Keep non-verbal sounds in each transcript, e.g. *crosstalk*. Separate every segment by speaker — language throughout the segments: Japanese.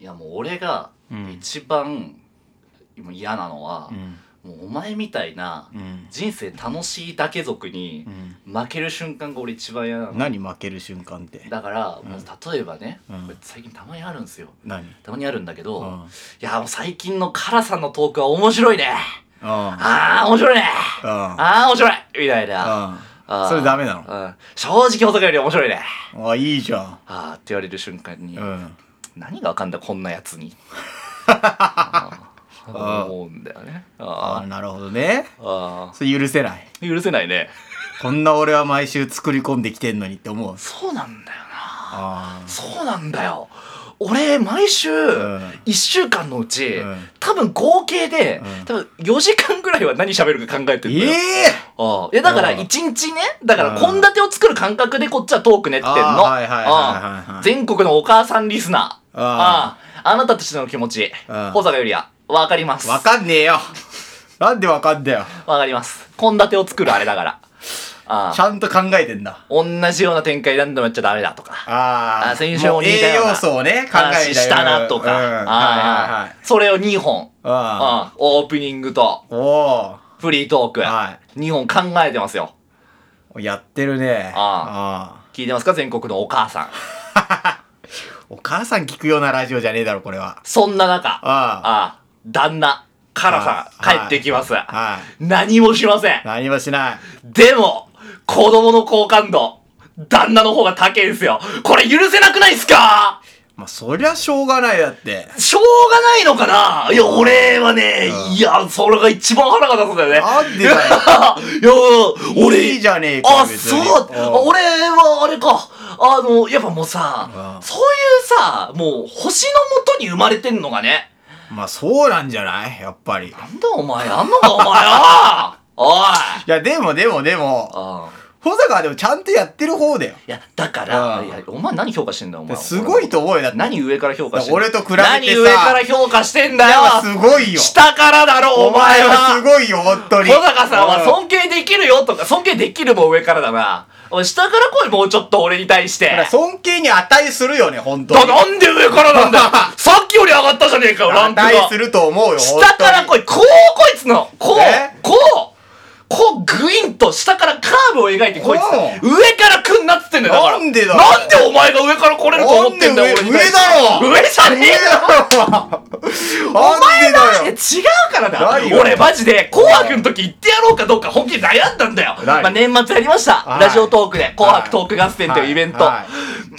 Speaker 1: いやもう俺が
Speaker 2: うん
Speaker 1: 一番もう嫌なのは
Speaker 2: う、ん
Speaker 1: もうお前みたいな
Speaker 2: うん
Speaker 1: 人生楽しいだけ族に
Speaker 2: うん
Speaker 1: 負ける瞬間が俺一番嫌なの
Speaker 2: 何負ける瞬間って
Speaker 1: だから、もう例えばね、
Speaker 2: うん
Speaker 1: これ最近たまにあるんですよ
Speaker 2: 何
Speaker 1: たまにあるんだけど、
Speaker 2: うん
Speaker 1: いやもう最近のカラさんのトークは面白いね
Speaker 2: あ
Speaker 1: あー面白いね
Speaker 2: ああ
Speaker 1: あー面白いみたいなあ
Speaker 2: あ
Speaker 1: ー
Speaker 2: それダメなの
Speaker 1: うん、正直男より面白いね
Speaker 2: あいいじゃん
Speaker 1: あーって言われる瞬間に、
Speaker 2: うん
Speaker 1: 何がわかんだこんなやつ
Speaker 2: *laughs*
Speaker 1: にあー
Speaker 2: あー
Speaker 1: 思うんだよね
Speaker 2: あ
Speaker 1: あ
Speaker 2: あ
Speaker 1: ー
Speaker 2: なるほどね
Speaker 1: あ
Speaker 2: それ許せない
Speaker 1: ー許せないね
Speaker 2: こんな俺は毎週作り込んできてんのにって思う
Speaker 1: そうなんだよな
Speaker 2: あ
Speaker 1: そうなんだよ俺毎週
Speaker 2: ん
Speaker 1: 1週間のうち、
Speaker 2: うん
Speaker 1: 多分合計で、
Speaker 2: うん
Speaker 1: 多分4時間ぐらいは何喋るか考えてる
Speaker 2: え
Speaker 1: んだよ、
Speaker 2: え
Speaker 1: ああいやだから
Speaker 2: うん
Speaker 1: 1日ねだから
Speaker 2: う
Speaker 1: 献
Speaker 2: ん
Speaker 1: 立を作る感覚でこっちはトーク練ってんの
Speaker 2: ああはいはいはいはいはい
Speaker 1: ああ全国のお母さんリスナー
Speaker 2: あ
Speaker 1: あああなたたちの気持ち
Speaker 2: うん
Speaker 1: 保坂よりやわかります
Speaker 2: わかんねえよなんでわかんだよ
Speaker 1: わかります献立を作るあれだからあ
Speaker 2: ち
Speaker 1: あ
Speaker 2: ゃんと考えてんだ
Speaker 1: 同じような展開何度もやっちゃダメだとか
Speaker 2: あ
Speaker 1: あ先週も
Speaker 2: う
Speaker 1: 似た
Speaker 2: 栄
Speaker 1: ような
Speaker 2: 養素をね考え
Speaker 1: 話したなとか、
Speaker 2: うん、
Speaker 1: ああ
Speaker 2: はいはいはい
Speaker 1: それを2本
Speaker 2: ああ
Speaker 1: ああオープニングと
Speaker 2: お
Speaker 1: フリートーク、
Speaker 2: は
Speaker 1: 2本考えてますよ
Speaker 2: おやってるね
Speaker 1: あ
Speaker 2: あ
Speaker 1: 聞いてますか全国のお母さん
Speaker 2: あお母さん聞くようなラジオじゃねえだろこれは
Speaker 1: そんな中
Speaker 2: あ
Speaker 1: ああ、旦那、カラさん、
Speaker 2: はい
Speaker 1: 帰ってきます。
Speaker 2: あはい
Speaker 1: 何もしません。
Speaker 2: 何もしない
Speaker 1: でも、子供の好感度、旦那の方が高いんすよ。これ許せなくないっすか
Speaker 2: まあそりゃしょうがないだって
Speaker 1: しょうがないのかないや、俺はね、
Speaker 2: うん
Speaker 1: いや、それが一番腹が立つんだよね。
Speaker 2: なんでだよ
Speaker 1: いや、 *laughs* 俺、
Speaker 2: いいじゃねえか
Speaker 1: あ、
Speaker 2: 別
Speaker 1: そ
Speaker 2: に
Speaker 1: う
Speaker 2: うん
Speaker 1: あ俺はあれか。あの、やっぱもうさ
Speaker 2: う、ん
Speaker 1: そういうさ、もう星の元に生まれてんのがね。
Speaker 2: まあそうなんじゃないやっぱりい
Speaker 1: なんだお前、あんのかお
Speaker 2: *laughs*
Speaker 1: 前はおい
Speaker 2: やでもでもでも
Speaker 1: ああ
Speaker 2: 保坂はでもちゃんとやってる方だよ
Speaker 1: いやだか
Speaker 2: あ
Speaker 1: ら
Speaker 2: あ
Speaker 1: いやお前何評価してんだよお前
Speaker 2: すごいと思うよだって
Speaker 1: 何上から評価してんだ
Speaker 2: 俺と比べてさ
Speaker 1: 何上から評価してんだよ
Speaker 2: いやすごいよ
Speaker 1: 下からだろお
Speaker 2: お前
Speaker 1: 前
Speaker 2: はす
Speaker 1: は
Speaker 2: ごいよ本当に
Speaker 1: 小坂さんは
Speaker 2: う
Speaker 1: 尊敬できるよとか尊敬できるも上からだなお前下から来いもうちょっと俺に対して
Speaker 2: だから尊敬に値するよね本当
Speaker 1: だ
Speaker 2: に
Speaker 1: なんで上からなんだ
Speaker 2: *laughs*
Speaker 1: よさっきより上がったじゃねえかよランクが
Speaker 2: 値すると思うよ
Speaker 1: 下から
Speaker 2: 本
Speaker 1: 来いこうこいつのこ
Speaker 2: え
Speaker 1: うこうこうグインと下からカーブを描いてこいっつって
Speaker 2: う
Speaker 1: 上から来んなっつってんだよだから
Speaker 2: なんでだよ
Speaker 1: なんでお前が上から来れると思ってんだよ
Speaker 2: な
Speaker 1: 俺
Speaker 2: んで
Speaker 1: に対して
Speaker 2: 上上
Speaker 1: 上じゃねえよ
Speaker 2: 当に
Speaker 1: *laughs* お前
Speaker 2: なん
Speaker 1: マ
Speaker 2: でだよ
Speaker 1: ジで違うからだ
Speaker 2: 何よ
Speaker 1: 俺マジで「紅白」の時行ってやろうかどうか本気で悩んだんだよ
Speaker 2: 何
Speaker 1: まあ年末やりました
Speaker 2: はい
Speaker 1: ラジオトークで「紅白トーク合戦」というイベント
Speaker 2: はい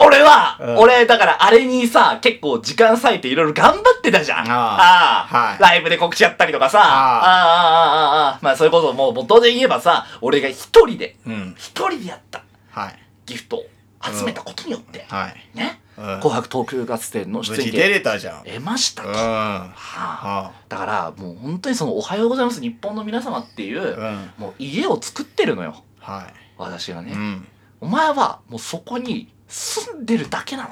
Speaker 1: 俺は
Speaker 2: うん
Speaker 1: 俺だからあれにさ結構時間割いていろいろ頑張ってたじゃんあ
Speaker 2: ああ
Speaker 1: あ
Speaker 2: はい
Speaker 1: ライブで告知やったりとかさあ
Speaker 2: あ
Speaker 1: あああああまあそれこそもう元で言えばさ俺が一人で
Speaker 2: うん
Speaker 1: 一人でやった
Speaker 2: はい
Speaker 1: ギフトを集めたことによって
Speaker 2: はい
Speaker 1: ね「
Speaker 2: うん
Speaker 1: 紅白トーク合戦」の
Speaker 2: 無
Speaker 1: 出演
Speaker 2: 事出
Speaker 1: 権
Speaker 2: れたじゃんうん
Speaker 1: 得ましたと。
Speaker 2: は
Speaker 1: はあ
Speaker 2: あ
Speaker 1: だからもう本当にその「おはようございます日本の皆様」っていう、
Speaker 2: ん
Speaker 1: もう家を作ってるのよ
Speaker 2: は
Speaker 1: 私がね
Speaker 2: い、うん
Speaker 1: お前はもうそこに住んでるだけなの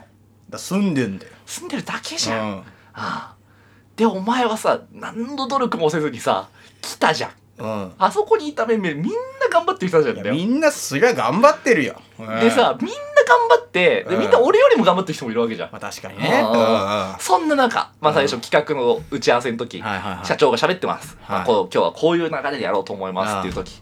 Speaker 2: だ住んでんだよ
Speaker 1: 住んでるだけじ
Speaker 2: う
Speaker 1: ゃん、あ
Speaker 2: ん
Speaker 1: あでお前はさ何の努力もせずにさ来たじゃん
Speaker 2: うん
Speaker 1: あそこにいた面々みんな頑張ってきたじゃん
Speaker 2: い
Speaker 1: だ
Speaker 2: やみ
Speaker 1: よ
Speaker 2: んなすりゃ頑張ってるようん
Speaker 1: でさみんな頑張ってで
Speaker 2: うん
Speaker 1: みんな俺よりも頑張ってる人もいるわけじゃん
Speaker 2: まあ確かにね
Speaker 1: うん
Speaker 2: うんうんは
Speaker 1: そんな中、まあ、最
Speaker 2: う
Speaker 1: 初企画の打ち合わせの時、
Speaker 2: いはいはい
Speaker 1: 社長が喋ってます、
Speaker 2: はい
Speaker 1: まあこう今日はこういう流れでやろうと思いますっていう時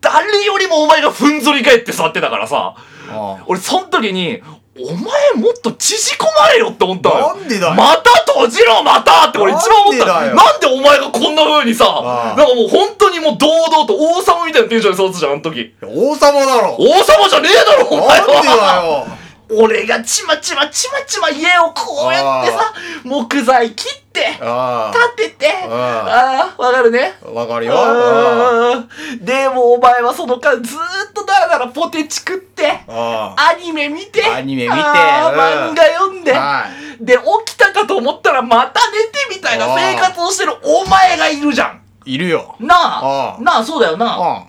Speaker 1: 誰よりもお前がふんぞり返って座ってたからさ
Speaker 2: うん
Speaker 1: 俺その時にお前もっと縮こまれよって思ったのよ
Speaker 2: なんでだよ
Speaker 1: また閉じろまたって俺一番思った
Speaker 2: なんでだよ
Speaker 1: なんでお前がこんな風にさ
Speaker 2: ああ
Speaker 1: なんかもう本当にもう堂々と王様みたいなテンションで座ってたじゃんあの時
Speaker 2: 王様だろ
Speaker 1: 王様じゃねえだろお前
Speaker 2: なんで
Speaker 1: は
Speaker 2: だよ
Speaker 1: 俺がちまちまちまちま家をこうやってさ木材切って
Speaker 2: あ
Speaker 1: 立てて
Speaker 2: うん
Speaker 1: ああわかるね
Speaker 2: あわかるようん
Speaker 1: あーでもお前はその間ずーっとだらだらポテチ食って
Speaker 2: あ
Speaker 1: アニメ見て
Speaker 2: アニメ見て
Speaker 1: あー
Speaker 2: うん
Speaker 1: 漫画読んで、
Speaker 2: はい
Speaker 1: で起きたかと思ったらまた寝てみたいな生活をしてるお前がいるじゃん
Speaker 2: いるよ
Speaker 1: なあ
Speaker 2: あー
Speaker 1: なあそうだよ
Speaker 2: うん
Speaker 1: な
Speaker 2: ま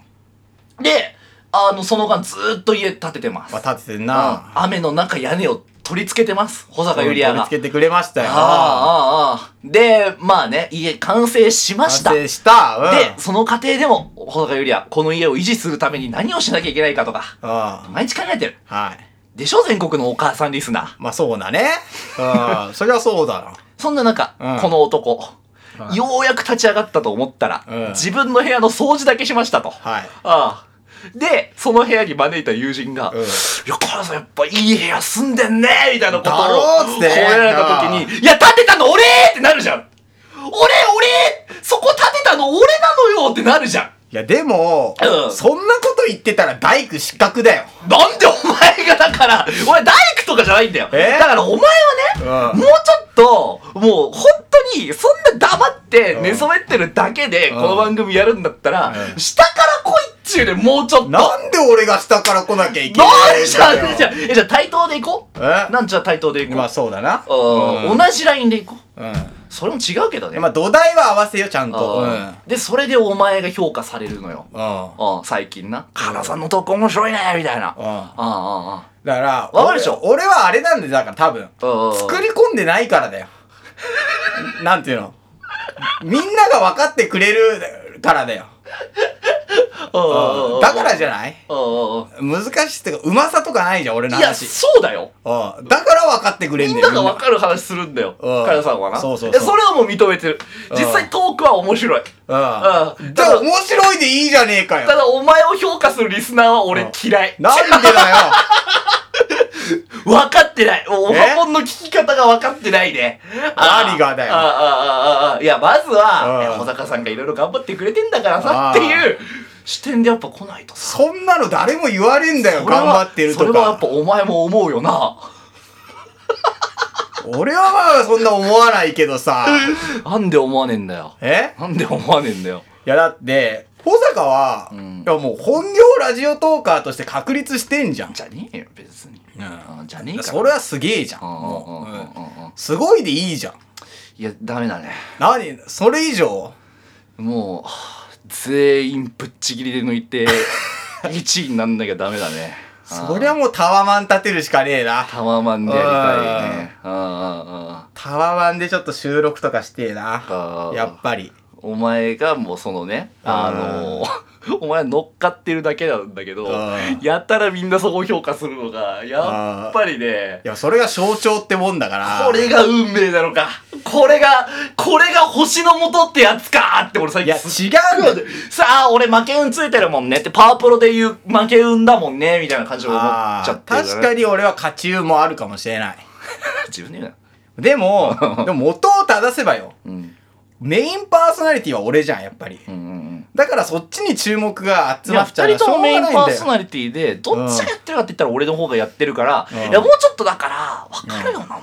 Speaker 1: であのその間ずーっと家建ててます、
Speaker 2: あ立ててん
Speaker 1: うん
Speaker 2: な
Speaker 1: 雨の中屋根を取り付けてます保坂ゆりや
Speaker 2: 取り
Speaker 1: が
Speaker 2: 付けてくれましたよ
Speaker 1: あーあーあーでまあね家完成しました
Speaker 2: 完成したうん
Speaker 1: で、その過程でも、保坂ゆりはこの家を維持するために何をしなきゃいけないかとか、
Speaker 2: あ
Speaker 1: 毎日考えてる。
Speaker 2: はい
Speaker 1: でしょ全国のお母さんリスナー。
Speaker 2: まあそうだね。うん。そりゃそうだな。
Speaker 1: そんな中、
Speaker 2: うん
Speaker 1: この男、
Speaker 2: はい
Speaker 1: ようやく立ち上がったと思ったら、
Speaker 2: うん
Speaker 1: 自分の部屋の掃除だけしましたと。
Speaker 2: はい。
Speaker 1: ああで、その部屋に招いた友人が、
Speaker 2: うん
Speaker 1: いや、母さんやっぱいい部屋住んでんねみたいなことを、
Speaker 2: だろうっつって
Speaker 1: こうやられた時に、いや、建てたの俺ってなるじゃん俺俺そこ建てたの俺なのよってなるじゃん
Speaker 2: いや、でも、
Speaker 1: うん
Speaker 2: そんなこと言ってたら大工失格だよ。
Speaker 1: なんでお前がだから、俺大工とかじゃないんだよ。
Speaker 2: え
Speaker 1: だからお前はね、
Speaker 2: うん
Speaker 1: もうちょっと、もう本当に、そんな黙って寝そべってるだけで、
Speaker 2: う
Speaker 1: こ
Speaker 2: ん
Speaker 1: の番組やるんだったら、
Speaker 2: うん
Speaker 1: 下から来いっちゅうねん、もうちょっと。
Speaker 2: なんで俺が下から来なきゃいけな
Speaker 1: ないん
Speaker 2: ん
Speaker 1: じゃ
Speaker 2: だよ
Speaker 1: んじゃあえじゃあ対等でいこう。
Speaker 2: え
Speaker 1: なんじゃあ対等でいこう。
Speaker 2: まあそうだな。
Speaker 1: うん
Speaker 2: うん
Speaker 1: 同じラインでいこう。
Speaker 2: う
Speaker 1: それも違うけどね。
Speaker 2: ん。まあ土台は合わせよ、ちゃんと。うん。
Speaker 1: うんで、それでお前が評価されるのよ。
Speaker 2: うん。
Speaker 1: うん最近な。カナさんのトーク面白いねみたいな。
Speaker 2: うん
Speaker 1: うんうんうん
Speaker 2: だから、
Speaker 1: わかるでしょ
Speaker 2: 俺俺はあれなんで、だから多分。
Speaker 1: うんうんうん
Speaker 2: 作り込んでないからだよ。 *laughs* なんていうのみんなが分かってくれるからだよ。うんだからじゃない
Speaker 1: い
Speaker 2: 難しいっていうか、うまさとかないじゃん、俺の
Speaker 1: や、
Speaker 2: 話。
Speaker 1: そうだよ。
Speaker 2: うんだから分かってくれん
Speaker 1: み
Speaker 2: だ
Speaker 1: ん
Speaker 2: よ。
Speaker 1: なが分かる話するんだよ。
Speaker 2: うん
Speaker 1: カヤさんはな。
Speaker 2: そうそうそう
Speaker 1: でそれはもう認めてる。
Speaker 2: うん
Speaker 1: 実際トークは面白い。
Speaker 2: うん
Speaker 1: うん
Speaker 2: じゃあ面白いでいいじゃねえか
Speaker 1: た
Speaker 2: よ。
Speaker 1: だお前を評価するリスナーは
Speaker 2: う
Speaker 1: 俺
Speaker 2: ん
Speaker 1: 嫌い。
Speaker 2: なんでだよ。
Speaker 1: 分かってない。おお
Speaker 2: え
Speaker 1: はぽんの聞き方が分かってないね。あー
Speaker 2: 何がだよ
Speaker 1: あーあーあーあーいや、まず
Speaker 2: うん
Speaker 1: は、いや小高さんがいろいろ頑張ってくれてんだからさっていう視点でやっぱ来ないとさ。
Speaker 2: そんなの誰も言われんだよ、
Speaker 1: それは
Speaker 2: 頑張ってる
Speaker 1: そ
Speaker 2: と
Speaker 1: れはやっぱ。
Speaker 2: か
Speaker 1: お前も思うよな。
Speaker 2: 俺はまあそんな思わないけどさ。
Speaker 1: なんで思わねえんだよ。
Speaker 2: え
Speaker 1: なんで思わねえんだよ。
Speaker 2: いやだって、保坂は、
Speaker 1: うん
Speaker 2: いやもう本業ラジオトーカーとして確立してんじゃん。
Speaker 1: じゃねえよ、別に。
Speaker 2: うん
Speaker 1: うんじゃねえから。
Speaker 2: それはすげえじゃん。
Speaker 1: うんうんうん
Speaker 2: も
Speaker 1: ううん
Speaker 2: うんうん
Speaker 1: うん
Speaker 2: すごいでいいじゃん。
Speaker 1: いや、ダメだね。
Speaker 2: 何それ以上
Speaker 1: もう、はあ全員ぶっちぎりで抜いて、1位になんなきゃダメだ *laughs* ね。
Speaker 2: そりゃもうタワマン立てるしかねえな。
Speaker 1: タワマンでやりたいね。うんうんうん
Speaker 2: タワマンでちょっと収録とかしてえな。
Speaker 1: あー
Speaker 2: やっぱり。
Speaker 1: お前がもうそのね、あの *laughs* お前乗っかってるだけなんだけど
Speaker 2: うん、
Speaker 1: やったらみんなそこを評価するのが、やっぱりね
Speaker 2: い、や、それが象徴ってもんだから。
Speaker 1: これが運命なのか。これが、これが星の元ってやつかって俺最
Speaker 2: いや、
Speaker 1: 近
Speaker 2: 違
Speaker 1: す
Speaker 2: うんだよ。
Speaker 1: *laughs* さあ、俺負け運ついてるもんねって、パワープロで言う負け運だもんね、みたいな感じで思っち
Speaker 2: あ
Speaker 1: ゃ
Speaker 2: ー
Speaker 1: ってる、
Speaker 2: 確かに俺は勝ち運もあるかもしれない。
Speaker 1: に。自分で言う
Speaker 2: で
Speaker 1: *laughs*
Speaker 2: も、でも元を正せばよ。
Speaker 1: な。うん。
Speaker 2: メインパーソナリティは俺じゃん、やっぱり。
Speaker 1: うんうん
Speaker 2: だからそっちに注目が
Speaker 1: う
Speaker 2: 集
Speaker 1: ん。いや、
Speaker 2: まっちゃ
Speaker 1: 二
Speaker 2: う
Speaker 1: 人と
Speaker 2: し
Speaker 1: も
Speaker 2: ょうが
Speaker 1: メイ
Speaker 2: な
Speaker 1: ン
Speaker 2: いん
Speaker 1: パー
Speaker 2: だ
Speaker 1: ソ
Speaker 2: よ。
Speaker 1: ナリティで、どっちがやってるかって言ったら俺の方がやってるから、
Speaker 2: うん
Speaker 1: いや、もうちょっとだから、わかるよな、も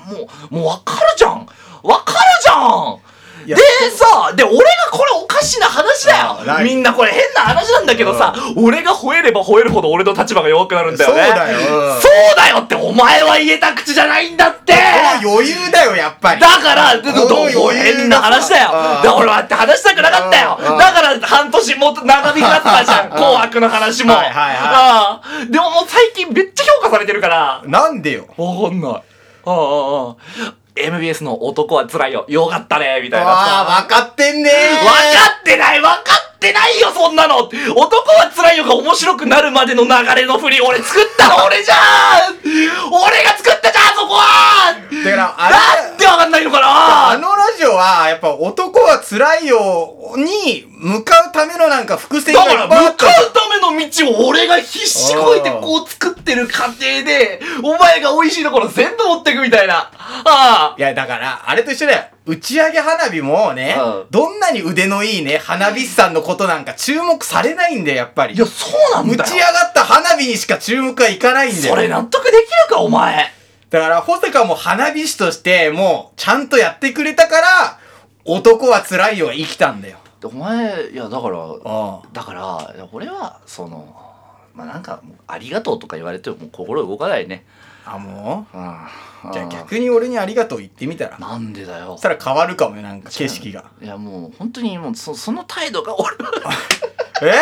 Speaker 1: う、もうわかるじゃんわかるじゃん
Speaker 2: い
Speaker 1: で
Speaker 2: や
Speaker 1: さ、で、俺がこれおかしな話
Speaker 2: あ
Speaker 1: だよ
Speaker 2: ない
Speaker 1: みんなこれ変な話なんだけどさ、俺が吠えれば吠えるほど俺の立場が弱くなるんだよね。
Speaker 2: そうだようん
Speaker 1: そうだよってお前は言えた口じゃないんだって
Speaker 2: もう余裕だよ、やっぱり。
Speaker 1: だから、
Speaker 2: こ
Speaker 1: ど
Speaker 2: の
Speaker 1: ど
Speaker 2: 余裕
Speaker 1: う変な話だよ。
Speaker 2: あー
Speaker 1: だ俺はって話したくなかったよ。
Speaker 2: あー
Speaker 1: だから半年もっと長引きだったじゃん。
Speaker 2: あー
Speaker 1: 紅白の話も。
Speaker 2: はいはいはい
Speaker 1: あーでももう最近めっちゃ評価されてるから。わ
Speaker 2: なんでよ。
Speaker 1: かんない。ああああ。MBS の男は辛いよ。よかったね、みたいなさ。
Speaker 2: ああ、分かってん
Speaker 1: 分
Speaker 2: ねー。
Speaker 1: かってない分かってないよそんなの男は辛いよが面白くなるまでの流れの振り俺作ったの俺じゃん俺が作ったじゃんそこは
Speaker 2: だから、あれ、
Speaker 1: なんで分かんないのか
Speaker 2: あ
Speaker 1: な
Speaker 2: のラジオは、やっぱ男は辛いよに向かうためのなんか伏線
Speaker 1: だ
Speaker 2: が
Speaker 1: か
Speaker 2: い
Speaker 1: ら
Speaker 2: っぱいあ
Speaker 1: 向
Speaker 2: った
Speaker 1: か
Speaker 2: の。
Speaker 1: うための道を俺が必死こいてこう作ってる過程でお前が美味しいところ全部持ってくみたいなああ
Speaker 2: いや、だから、あれと一緒だよ。打ち上げ花火もね、
Speaker 1: うん
Speaker 2: どんなに腕のいいね、花火師さんのことなんか注目されないんだよ、やっぱり。
Speaker 1: いやそうなん
Speaker 2: 打
Speaker 1: だ
Speaker 2: ち上
Speaker 1: よ
Speaker 2: がった花火にしか注目はいかないんだよ。
Speaker 1: それ納得できるかお前
Speaker 2: だから、保坂も花火師として、もう、ちゃんとやってくれたから、男は辛いよは生きたんだよ。
Speaker 1: お前いやだから
Speaker 2: あ
Speaker 1: だからいや俺はそのまあなんかもうありがとうとか言われてももう心動かないね
Speaker 2: あ。あ、も
Speaker 1: あ
Speaker 2: うじゃあ逆に俺にありがとう言ってみたら。
Speaker 1: なんでだよ
Speaker 2: そしたら変わるかもよ、なんか景色が。
Speaker 1: いやもう本当にもうそその態度が俺は
Speaker 2: え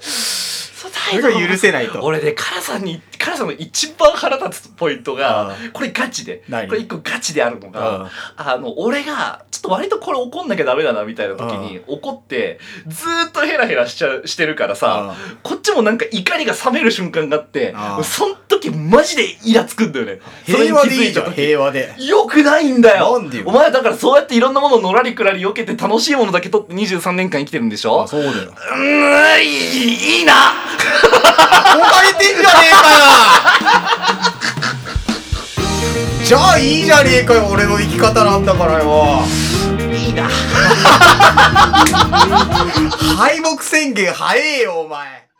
Speaker 1: その態度
Speaker 2: それが許せないと
Speaker 1: 俺でカラさんにカラさんの一番腹立つポイント
Speaker 2: あ
Speaker 1: が
Speaker 2: あ
Speaker 1: これガチで
Speaker 2: 何
Speaker 1: これ一個ガチであるの
Speaker 2: あ
Speaker 1: があの俺がちょっと割とこれ怒んなきゃダメだなみたいな時に怒ってずーっとヘラヘラしちゃうしてるからさこっちもなんか怒りが冷める瞬間があって
Speaker 2: ああ
Speaker 1: そん時マジでイラつくんだよね
Speaker 2: 平和でいいじゃ
Speaker 1: それに気づいた
Speaker 2: ん、
Speaker 1: 時
Speaker 2: 平和で。
Speaker 1: よくないんだよ
Speaker 2: なんでよ
Speaker 1: お前はだからそうやっていろんなものをのらりくらり避けて楽しいものだけ取って23年間生きてるんでしょ
Speaker 2: そうだよ。
Speaker 1: うーんいいいいな
Speaker 2: 憧れてんじゃねえかよじゃあいいじゃねえかよ、俺の生き方なんだからよ。
Speaker 1: い
Speaker 2: *laughs*
Speaker 1: いな
Speaker 2: 敗北宣言早えよ、お前。